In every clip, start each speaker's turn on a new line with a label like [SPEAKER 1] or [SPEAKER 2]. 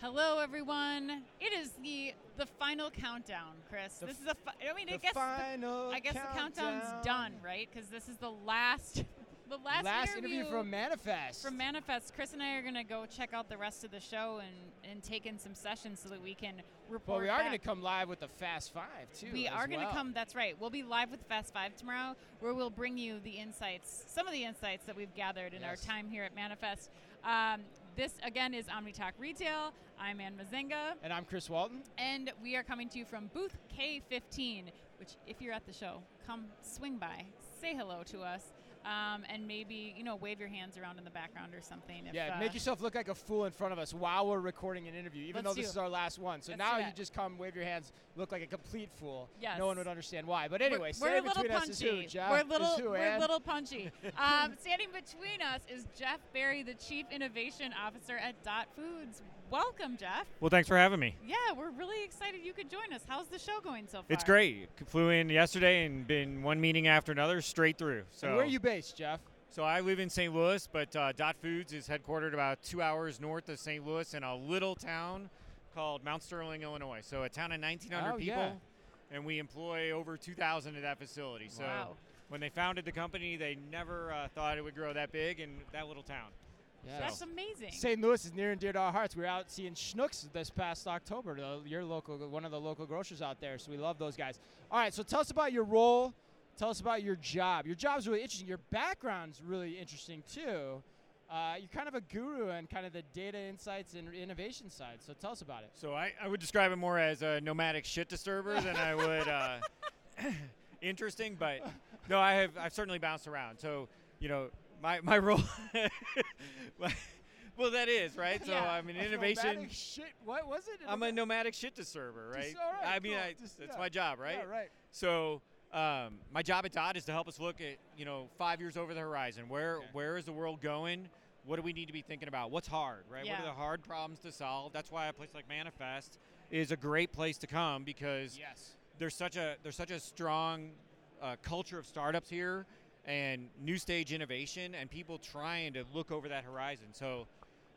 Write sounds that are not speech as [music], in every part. [SPEAKER 1] Hello, everyone. It is the the final countdown, Chris.
[SPEAKER 2] The
[SPEAKER 1] this is
[SPEAKER 2] f-
[SPEAKER 1] a. Fi- I mean, I
[SPEAKER 2] the
[SPEAKER 1] guess
[SPEAKER 2] final
[SPEAKER 1] the, I guess the countdown's
[SPEAKER 2] countdown.
[SPEAKER 1] done, right? Because this is the last [laughs] the last,
[SPEAKER 2] Last interview from Manifest.
[SPEAKER 1] from Manifest. Chris and I are gonna go check out the rest of the show and and take in some sessions so that we can report.
[SPEAKER 2] But we are going to
[SPEAKER 1] back.
[SPEAKER 2] come live with the Fast Five too.
[SPEAKER 1] We
[SPEAKER 2] as
[SPEAKER 1] are going to
[SPEAKER 2] well.
[SPEAKER 1] come. That's right. We'll be live with Fast Five tomorrow, where we'll bring you the insights, some of the insights that we've gathered in
[SPEAKER 2] Yes.
[SPEAKER 1] our time here at Manifest. Um, this again is OmniTalk Retail. I'm Ann Mazenga,
[SPEAKER 2] And I'm Chris Walton.
[SPEAKER 1] and we are coming to you from booth K15. Which, if you're at the show, come swing by, say hello to us, um, and maybe you know wave your hands around in the background or something. If,
[SPEAKER 2] Yeah,
[SPEAKER 1] uh,
[SPEAKER 2] make yourself look like a fool in front of us while we're recording an interview,
[SPEAKER 1] Let's
[SPEAKER 2] even though this
[SPEAKER 1] do-
[SPEAKER 2] is our last one. So
[SPEAKER 1] let's
[SPEAKER 2] now
[SPEAKER 1] do
[SPEAKER 2] you
[SPEAKER 1] that.
[SPEAKER 2] just come, wave your hands, look like a complete fool.
[SPEAKER 1] Yes.
[SPEAKER 2] No one would understand why. But anyway,
[SPEAKER 1] we're, we're a
[SPEAKER 2] standing
[SPEAKER 1] little
[SPEAKER 2] between us is who,
[SPEAKER 1] punchy.
[SPEAKER 2] Jeff?
[SPEAKER 1] we're a
[SPEAKER 2] Is
[SPEAKER 1] little,
[SPEAKER 2] who,
[SPEAKER 1] we're a
[SPEAKER 2] Ann?
[SPEAKER 1] little
[SPEAKER 2] [laughs]
[SPEAKER 1] punchy. Um, standing between us is Jeff Berry, the Chief Innovation Officer at Dot Foods. Welcome, Jeff.
[SPEAKER 3] Well, thanks for having me.
[SPEAKER 1] Yeah, we're really excited you could join us. How's the show going so far?
[SPEAKER 3] It's great. Flew in yesterday and been one meeting after another straight through. So
[SPEAKER 2] And where are you based, Jeff?
[SPEAKER 3] So I live in St. Louis, but uh, Dot Foods is headquartered about two hours north of St. Louis in a little town called Mount Sterling, Illinois. So a town of 1,900
[SPEAKER 2] Oh,
[SPEAKER 3] people,
[SPEAKER 2] yeah.
[SPEAKER 3] and we employ over 2,000 at that facility. So
[SPEAKER 1] Wow.
[SPEAKER 3] when they founded the company, they never uh, thought it would grow that big in that little town.
[SPEAKER 1] That's amazing.
[SPEAKER 2] St. Louis is near and dear to our hearts. We were out seeing Schnucks this past October, the, your local, one of the local grocers out there. So we love those guys. All right, so tell us about your role. Tell us about your job. Your job's really interesting. Your background's really interesting too. Uh, you're kind of a guru on kind of the data insights and innovation side. So tell us about it.
[SPEAKER 3] So I, I would describe it more as a nomadic shit disturber than I would uh, [coughs] interesting, but no, I have I've certainly bounced around. So you know my my role. [laughs] my- well, that is right. So
[SPEAKER 1] Yeah.
[SPEAKER 3] I'm an innovation.
[SPEAKER 2] Nomadic Shit, what was it?
[SPEAKER 3] I'm a nomadic shit disturber, right?
[SPEAKER 2] Just- all right,
[SPEAKER 3] I mean,
[SPEAKER 2] cool.
[SPEAKER 3] I,
[SPEAKER 2] Just-
[SPEAKER 3] that's
[SPEAKER 2] yeah.
[SPEAKER 3] my job, right?
[SPEAKER 2] Yeah, right.
[SPEAKER 3] So um, my job at Dot is to help us look at you know five years over the horizon. Where
[SPEAKER 2] Okay.
[SPEAKER 3] where is the world going? What do we need to be thinking about? What's hard, right? What
[SPEAKER 1] Yeah.
[SPEAKER 3] are the hard problems to solve? That's why a place like Manifest is a great place to come because
[SPEAKER 2] Yes.
[SPEAKER 3] there's such a there's such a strong uh, culture of startups here and new stage innovation and people trying to look over that horizon. So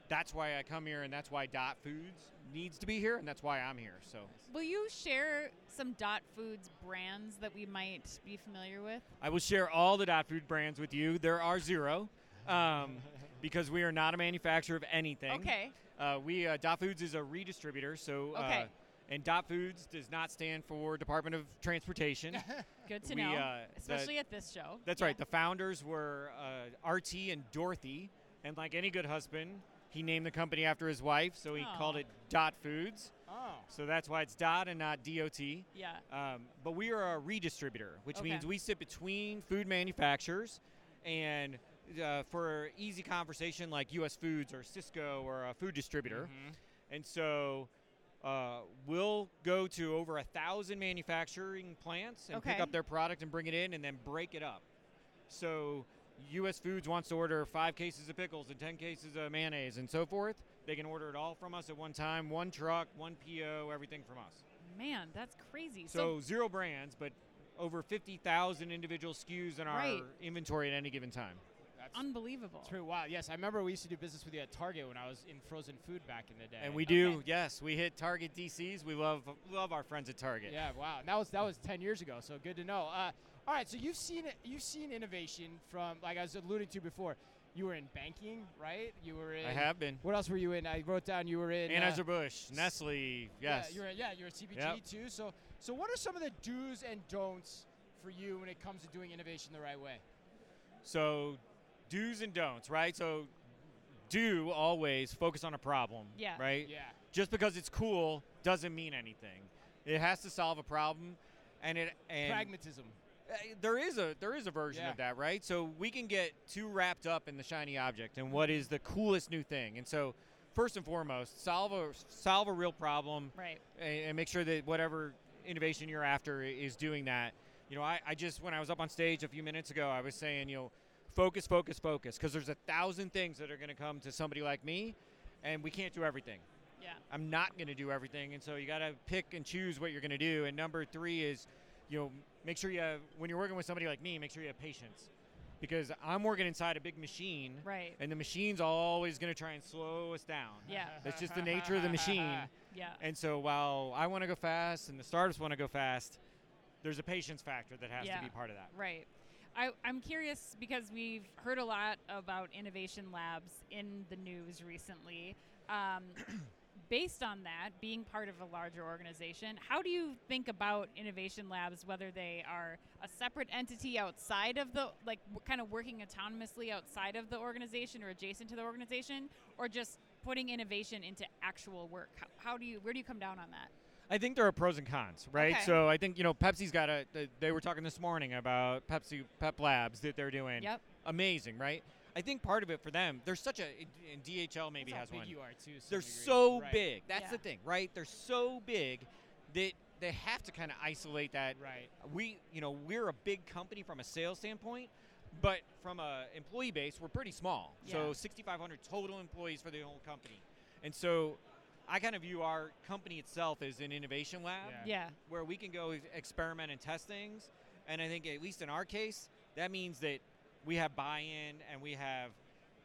[SPEAKER 3] that's why I come here and that's why Dot Foods needs to be here and that's why I'm here. So
[SPEAKER 1] Will you share some Dot Foods brands that we might be familiar with?
[SPEAKER 3] I will share all the dot food brands with you. There are zero, um, because we are not a manufacturer of anything.
[SPEAKER 1] Okay.
[SPEAKER 3] Uh, we uh, Dot Foods is a redistributor, so uh,
[SPEAKER 1] Okay.
[SPEAKER 3] and Dot Foods does not stand for Department of Transportation.
[SPEAKER 1] Good [laughs] to
[SPEAKER 3] We,
[SPEAKER 1] know,
[SPEAKER 3] uh, the-
[SPEAKER 1] especially at this show.
[SPEAKER 3] That's right. The founders were uh, RT and Dorothy, and like any good husband, he named the company after his wife, so he
[SPEAKER 1] Aw.
[SPEAKER 3] called it Dot Foods.
[SPEAKER 2] Oh.
[SPEAKER 3] So that's why it's Dot and not DOT.
[SPEAKER 1] Yeah.
[SPEAKER 3] Um, but we are a redistributor, which
[SPEAKER 1] Okay.
[SPEAKER 3] means we sit between food manufacturers and uh, for easy conversation like U.S. Foods or Cisco or a food distributor.
[SPEAKER 2] Mm-hmm.
[SPEAKER 1] Mm-hmm.
[SPEAKER 3] And so uh, we'll go to over a thousand manufacturing plants and pick
[SPEAKER 1] Okay.
[SPEAKER 3] up their product and bring it in and then break it up. So U.S. Foods wants to order five cases of pickles and 10 cases of mayonnaise and so forth. They can order it all from us at one time, one truck, one PO, everything from us.
[SPEAKER 1] Man, that's crazy.
[SPEAKER 3] So, zero brands, but over 50,000 individual SKUs in our
[SPEAKER 1] Right.
[SPEAKER 3] inventory at any given time.
[SPEAKER 2] That's
[SPEAKER 1] unbelievable.
[SPEAKER 2] pretty wild. Yes, I remember we used to do business with you at Target when I was in frozen food back in the day.
[SPEAKER 3] And we do,
[SPEAKER 1] Okay.
[SPEAKER 3] yes, we hit Target DCs. We love love our friends at Target.
[SPEAKER 2] Yeah, wow. And that was that was ten years ago, so good to know. Uh, all right, so you've seen it- you've seen innovation from like I was alluding to before. You were in banking, right? You were in.
[SPEAKER 3] I have been.
[SPEAKER 2] What else were you in? I wrote down you were in. uh,
[SPEAKER 3] Anheuser-Busch, Nestle,
[SPEAKER 2] Yeah,
[SPEAKER 3] yes.
[SPEAKER 2] you're yeah you're a CPG
[SPEAKER 3] Yep.
[SPEAKER 2] too. So so what are some of the do's and don'ts for you when it comes to doing innovation the right way?
[SPEAKER 3] so, do's and don'ts, right? So, do always focus on a problem,
[SPEAKER 1] Yeah.
[SPEAKER 3] right?
[SPEAKER 2] Yeah.
[SPEAKER 3] Just because it's cool doesn't mean anything. It has to solve a problem, and it and
[SPEAKER 2] Pragmatism.
[SPEAKER 3] Uh, there is a there is a version
[SPEAKER 2] Yeah.
[SPEAKER 3] of that, right? So we can get too wrapped up in the shiny object and what is the coolest new thing. And so, first and foremost, solve a solve a real problem,
[SPEAKER 1] Right.
[SPEAKER 3] And, and make sure that whatever innovation you're after i- is doing that. You know, I, I just when I was up on stage a few minutes ago, I was saying, you know, focus, focus, focus, because there's a thousand things that are going to come to somebody like me, and we can't do everything. [laughs]
[SPEAKER 1] Yeah.
[SPEAKER 3] I'm not going to do everything, and so you got to pick and choose what you're going to do. And number three is, you know, make sure you have, when you're working with somebody like me, make sure you have patience, because I'm working inside a big machine,
[SPEAKER 1] Right.
[SPEAKER 3] and the machine's always going to try and slow us down.
[SPEAKER 1] Yeah.
[SPEAKER 3] That's just the nature of the machine.
[SPEAKER 1] [laughs] Yeah.
[SPEAKER 3] And so while I want to go fast and the startups want to go fast, there's a patience factor that has
[SPEAKER 1] Yeah.
[SPEAKER 3] to be part of that.
[SPEAKER 1] Right. I, I'm curious because we've heard a lot about innovation labs in the news recently.
[SPEAKER 3] [coughs]
[SPEAKER 1] Um, based on that, being part of a larger organization, how do you think about innovation labs, whether they are a separate entity outside of the, like w- kind of working autonomously outside of the organization or adjacent to the organization, or just putting innovation into actual work? How, how do you, where do you come down on that?
[SPEAKER 3] I think there are pros and cons, right?
[SPEAKER 1] Okay.
[SPEAKER 3] So I think you know Pepsi's got a. They, they were talking this morning about Pepsi Pep Labs that they're doing.
[SPEAKER 1] Yep.
[SPEAKER 3] Amazing, right? I think part of it for them, there's such a. And DHL maybe
[SPEAKER 2] That's
[SPEAKER 3] has
[SPEAKER 2] how big
[SPEAKER 3] one.
[SPEAKER 2] you are too. to some
[SPEAKER 3] they're
[SPEAKER 2] degree.
[SPEAKER 3] so
[SPEAKER 2] Right.
[SPEAKER 3] big. That's
[SPEAKER 1] Yeah.
[SPEAKER 3] the thing, right? They're so big that they have to kind of isolate that.
[SPEAKER 2] Right.
[SPEAKER 3] We, you know, we're a big company from a sales standpoint, but from a employee base, we're pretty small.
[SPEAKER 1] Yeah.
[SPEAKER 3] So 6,500 total employees for the whole company, and so I kind of view our company itself as an innovation lab
[SPEAKER 2] Yeah.
[SPEAKER 1] Yeah.
[SPEAKER 3] where we can go ex- experiment and test things. And I think at least in our case, that means that we have buy-in and we have,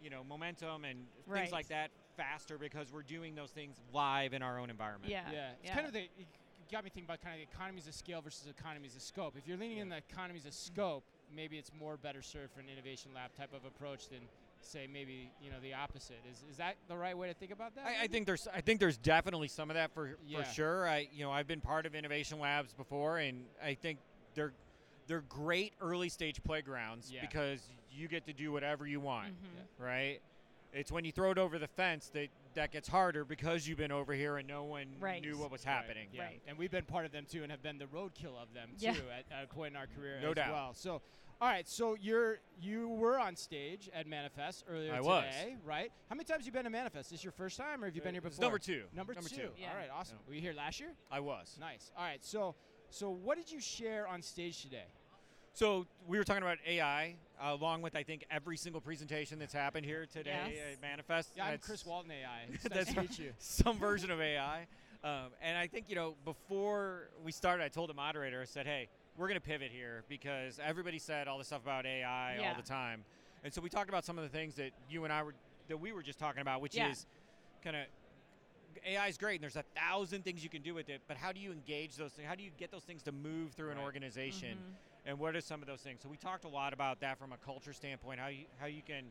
[SPEAKER 3] you know, momentum and
[SPEAKER 1] Right.
[SPEAKER 3] things like that faster because we're doing those things live in our own environment.
[SPEAKER 1] Yeah. Mm-hmm.
[SPEAKER 2] Yeah, it's kind of the. It got me thinking about kind of the economies of scale versus economies of scope. If you're leaning in the economies of scope, maybe it's more better served for an innovation lab type of approach than say maybe you know the opposite. Is is that the right way to think about that?
[SPEAKER 3] I, I
[SPEAKER 2] maybe?
[SPEAKER 3] think there's I think there's definitely some of that for
[SPEAKER 2] Yeah.
[SPEAKER 3] for sure. I you know I've been part of innovation labs before, and I think they're they're great early stage playgrounds
[SPEAKER 2] Yeah.
[SPEAKER 3] because you get to do whatever you want,
[SPEAKER 1] Mhm.
[SPEAKER 3] right? It's when you throw it over the fence that that gets harder because you've been over here and no one
[SPEAKER 1] Right.
[SPEAKER 3] knew what was
[SPEAKER 2] Right,
[SPEAKER 3] happening.
[SPEAKER 2] yeah.
[SPEAKER 1] Right.
[SPEAKER 2] And we've been part of them too, and have been the roadkill of them too
[SPEAKER 1] Yeah.
[SPEAKER 2] at, at a point in our career
[SPEAKER 3] No
[SPEAKER 2] as
[SPEAKER 3] doubt.
[SPEAKER 2] well. So, all right. So you're you were on stage at Manifest earlier
[SPEAKER 3] I was.
[SPEAKER 2] today, right? How many times have you been to Manifest? Is this your first time, or have you been here
[SPEAKER 3] It's
[SPEAKER 2] before?
[SPEAKER 3] number two.
[SPEAKER 2] Number,
[SPEAKER 3] Number
[SPEAKER 2] two.
[SPEAKER 3] two.
[SPEAKER 1] Yeah.
[SPEAKER 2] All right. Awesome.
[SPEAKER 3] Yeah.
[SPEAKER 2] Were you here last year?
[SPEAKER 3] I was.
[SPEAKER 2] Nice. All right. So, so what did you share on stage today?
[SPEAKER 3] So we were talking about AI, uh, along with I think every single presentation that's happened here today
[SPEAKER 1] Yes.
[SPEAKER 3] at Manifest.
[SPEAKER 2] Yeah, I'm
[SPEAKER 3] That's
[SPEAKER 2] Chris Walton AI.
[SPEAKER 3] [laughs]
[SPEAKER 2] It's nice
[SPEAKER 3] That's
[SPEAKER 2] to
[SPEAKER 3] right.
[SPEAKER 2] meet you.
[SPEAKER 3] Some version of AI. Um, and I think you know before we started, I told the moderator, I said, "Hey, we're going to pivot here because everybody said all this stuff about AI
[SPEAKER 1] Yeah.
[SPEAKER 3] all the time." And so we talked about some of the things that you and I were that we were just talking about, which
[SPEAKER 1] Yeah.
[SPEAKER 3] is kind of AI is great, and there's a thousand things you can do with it. But how do you engage those things? How do you get those things to move through an
[SPEAKER 2] Right.
[SPEAKER 3] organization?
[SPEAKER 1] Mm-hmm.
[SPEAKER 3] And what are some of those things? So we talked a lot about that from a culture standpoint, how you how you can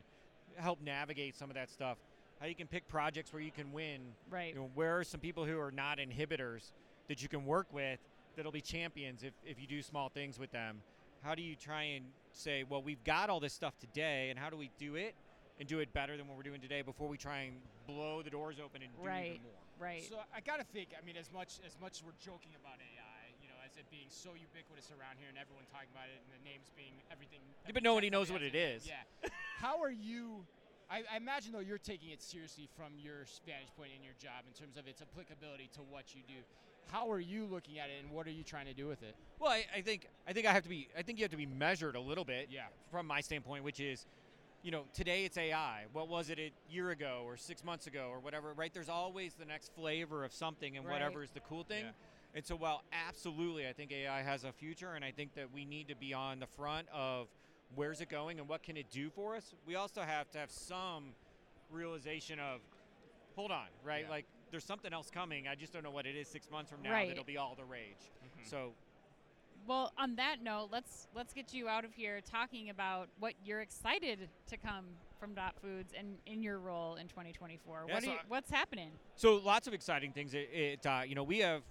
[SPEAKER 3] help navigate some of that stuff, how you can pick projects where you can win.
[SPEAKER 1] Right.
[SPEAKER 3] You know, where are some people who are not inhibitors that you can work with that'll be champions if, if you do small things with them? How do you try and say, well, we've got all this stuff today, and how do we do it and do it better than what we're doing today before we try and blow the doors open and do
[SPEAKER 1] Right.
[SPEAKER 3] even more?
[SPEAKER 1] Right.
[SPEAKER 2] So I gotta think. I mean, as much as much as we're joking about AI, you know, as it being so ubiquitous around here and everyone talking about it, and the names being everything.
[SPEAKER 3] Yeah, but nobody knows what
[SPEAKER 2] everything
[SPEAKER 3] it is.
[SPEAKER 2] has a-
[SPEAKER 3] [laughs]
[SPEAKER 2] Yeah. How are you? I, I imagine though you're taking it seriously from your s- vantage point in your job in terms of its applicability to what you do. How are you looking at it, and what are you trying to do with it?
[SPEAKER 3] Well, I, I think I think I have to be I think you have to be measured a little bit.
[SPEAKER 2] Yeah.
[SPEAKER 3] From my standpoint, which is, you know, today it's AI. What was it a year ago or six months ago or whatever? Right. There's always the next flavor of something, and
[SPEAKER 1] Right.
[SPEAKER 3] whatever is the cool thing.
[SPEAKER 2] Yeah.
[SPEAKER 3] And so, while absolutely, I think AI has a future, and I think that we need to be on the front of where's it going and what can it do for us. We also have to have some realization of, hold on, right?
[SPEAKER 2] Yeah.
[SPEAKER 3] Like there's something else coming. I just don't know what it is. Six months from now,
[SPEAKER 1] Right.
[SPEAKER 3] that'll be all the rage.
[SPEAKER 2] Hmm. Mm-hmm.
[SPEAKER 3] So
[SPEAKER 1] Well, on that note, let's let's get you out of here talking about what you're excited to come from Dot Foods and in your role in 2024.
[SPEAKER 3] Yeah,
[SPEAKER 1] what
[SPEAKER 3] so
[SPEAKER 1] are you,
[SPEAKER 3] I-
[SPEAKER 1] what's happening?
[SPEAKER 3] So lots of exciting things. It, it uh, you know we have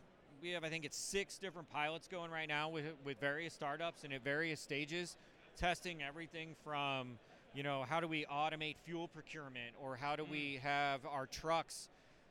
[SPEAKER 3] we have I think it's six different pilots going right now with with various startups and at various stages, testing everything from you know how do we automate fuel procurement or how do we have our trucks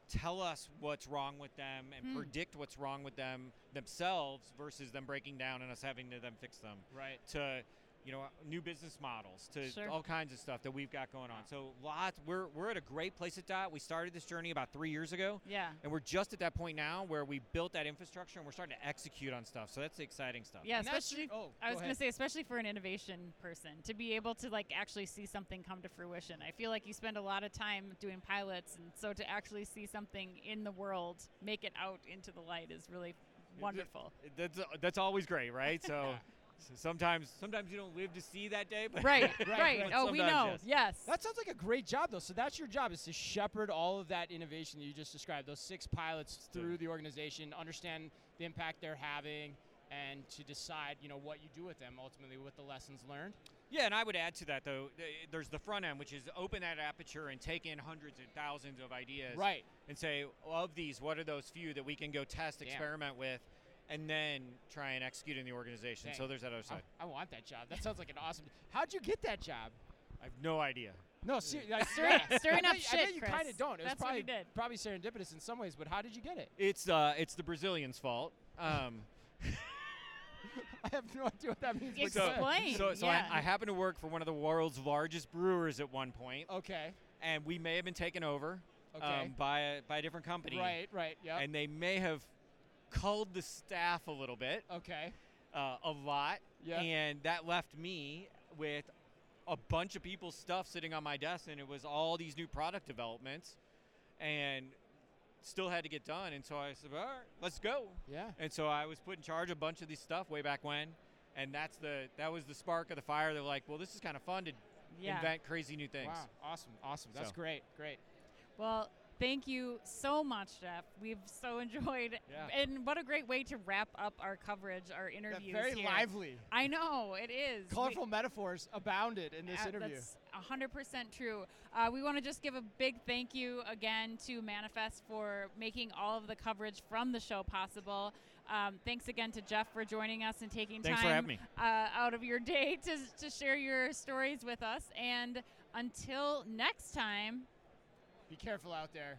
[SPEAKER 3] tell us what's wrong with them and
[SPEAKER 1] Hmm.
[SPEAKER 3] predict what's wrong with them themselves versus them breaking down and us having to then fix them
[SPEAKER 2] Right.
[SPEAKER 3] to you know new business models to
[SPEAKER 1] Sure.
[SPEAKER 3] all kinds of stuff that we've got going on. So lots we're we're at a great place at Dot. We started this journey about 3 years ago
[SPEAKER 1] Yeah.
[SPEAKER 3] and we're just at that point now where we built that infrastructure and we're starting to execute on stuff. So that's the exciting stuff.
[SPEAKER 1] Yeah,
[SPEAKER 2] And that's
[SPEAKER 1] especially
[SPEAKER 2] your- oh,
[SPEAKER 1] I
[SPEAKER 2] go
[SPEAKER 1] was going to
[SPEAKER 2] ahead.
[SPEAKER 1] say especially for an innovation person to be able to like actually see something come to fruition. I feel like you spend a lot of time doing pilots and so to actually see something in the world make it out into the light is really wonderful.
[SPEAKER 3] [laughs] That's that's always great, right? So So sometimes, sometimes you don't live to see that day, but [laughs]
[SPEAKER 1] Right,
[SPEAKER 2] Right,
[SPEAKER 1] right.
[SPEAKER 2] right.
[SPEAKER 1] Oh, we know.
[SPEAKER 3] Sometimes,
[SPEAKER 1] Yes.
[SPEAKER 2] That sounds like a great job, though. So that's your job is to shepherd all of that innovation that you just described, those six pilots
[SPEAKER 3] Yeah.
[SPEAKER 2] through the organization, understand the impact they're having, and to decide, you know, what you do with them ultimately, with the lessons learned.
[SPEAKER 3] Yeah, and I would add to that though. th- There's the front end, which is open that aperture and take in hundreds and thousands of ideas,
[SPEAKER 2] Right.
[SPEAKER 3] And say of these, what are those few that we can go test,
[SPEAKER 2] Damn.
[SPEAKER 3] experiment with, and then try and execute in the organization.
[SPEAKER 2] Dang.
[SPEAKER 3] So there's that other
[SPEAKER 2] I,
[SPEAKER 3] side.
[SPEAKER 2] I want that job. That sounds like an awesome. How'd you get that job?
[SPEAKER 3] I have no idea.
[SPEAKER 2] No, ser- like,
[SPEAKER 3] [laughs]
[SPEAKER 1] Stirring-
[SPEAKER 2] yeah. I
[SPEAKER 1] stirring
[SPEAKER 2] bet
[SPEAKER 1] up
[SPEAKER 2] you- I
[SPEAKER 1] shit,
[SPEAKER 2] bet you
[SPEAKER 1] Chris.
[SPEAKER 2] kind of don't. It was
[SPEAKER 1] That's what
[SPEAKER 2] probably
[SPEAKER 1] he did.
[SPEAKER 2] probably serendipitous in some ways, but how did you get it? [laughs]
[SPEAKER 3] It's uh, it's the Brazilians' fault.
[SPEAKER 1] [laughs]
[SPEAKER 3] Um,
[SPEAKER 2] I have no idea what that means. but go
[SPEAKER 3] so,
[SPEAKER 2] ahead.
[SPEAKER 1] Explain,
[SPEAKER 3] so, so
[SPEAKER 1] yeah.
[SPEAKER 3] I, I happened to work for one of the world's largest brewers at one point,
[SPEAKER 2] Okay.
[SPEAKER 3] and we may have been taken over
[SPEAKER 2] Okay.
[SPEAKER 3] um, by a, by a different company,
[SPEAKER 2] Right. Right. Yeah.
[SPEAKER 3] and they may have culled the staff a little bit.
[SPEAKER 2] Okay.
[SPEAKER 3] uh, a lot,
[SPEAKER 2] Yeah.
[SPEAKER 3] and that left me with a bunch of people's stuff sitting on my desk, and it was all these new product developments, and still had to get done. And so I said, "All right, let's go."
[SPEAKER 2] Yeah.
[SPEAKER 3] And so I was put in charge of a bunch of these stuff way back when, and that's the that was the spark of the fire. They're like, "Well, this is kind of fun to
[SPEAKER 1] yeah.
[SPEAKER 3] invent crazy new things."
[SPEAKER 2] Wow. Awesome. Awesome. That's
[SPEAKER 3] So.
[SPEAKER 2] great. Great.
[SPEAKER 1] Well, thank you so much, Jeff. We've so [laughs] enjoyed,
[SPEAKER 3] Yeah.
[SPEAKER 1] and what a great way to wrap up our coverage, our
[SPEAKER 2] Yeah,
[SPEAKER 1] interviews.
[SPEAKER 2] very
[SPEAKER 1] here.
[SPEAKER 2] lively.
[SPEAKER 1] I know it is. We-
[SPEAKER 2] Colorful metaphors abounded in this
[SPEAKER 1] Uh,
[SPEAKER 2] interview.
[SPEAKER 1] That's 100% true. Uh, we want to just give a big thank you again to Manifest for making all of the coverage from the show possible. Um, thanks again to Jeff for joining us and taking
[SPEAKER 3] Thanks for
[SPEAKER 1] time
[SPEAKER 3] having me.
[SPEAKER 1] Uh, out of your day to, to share your stories with us. And until next time,
[SPEAKER 2] Be careful out there.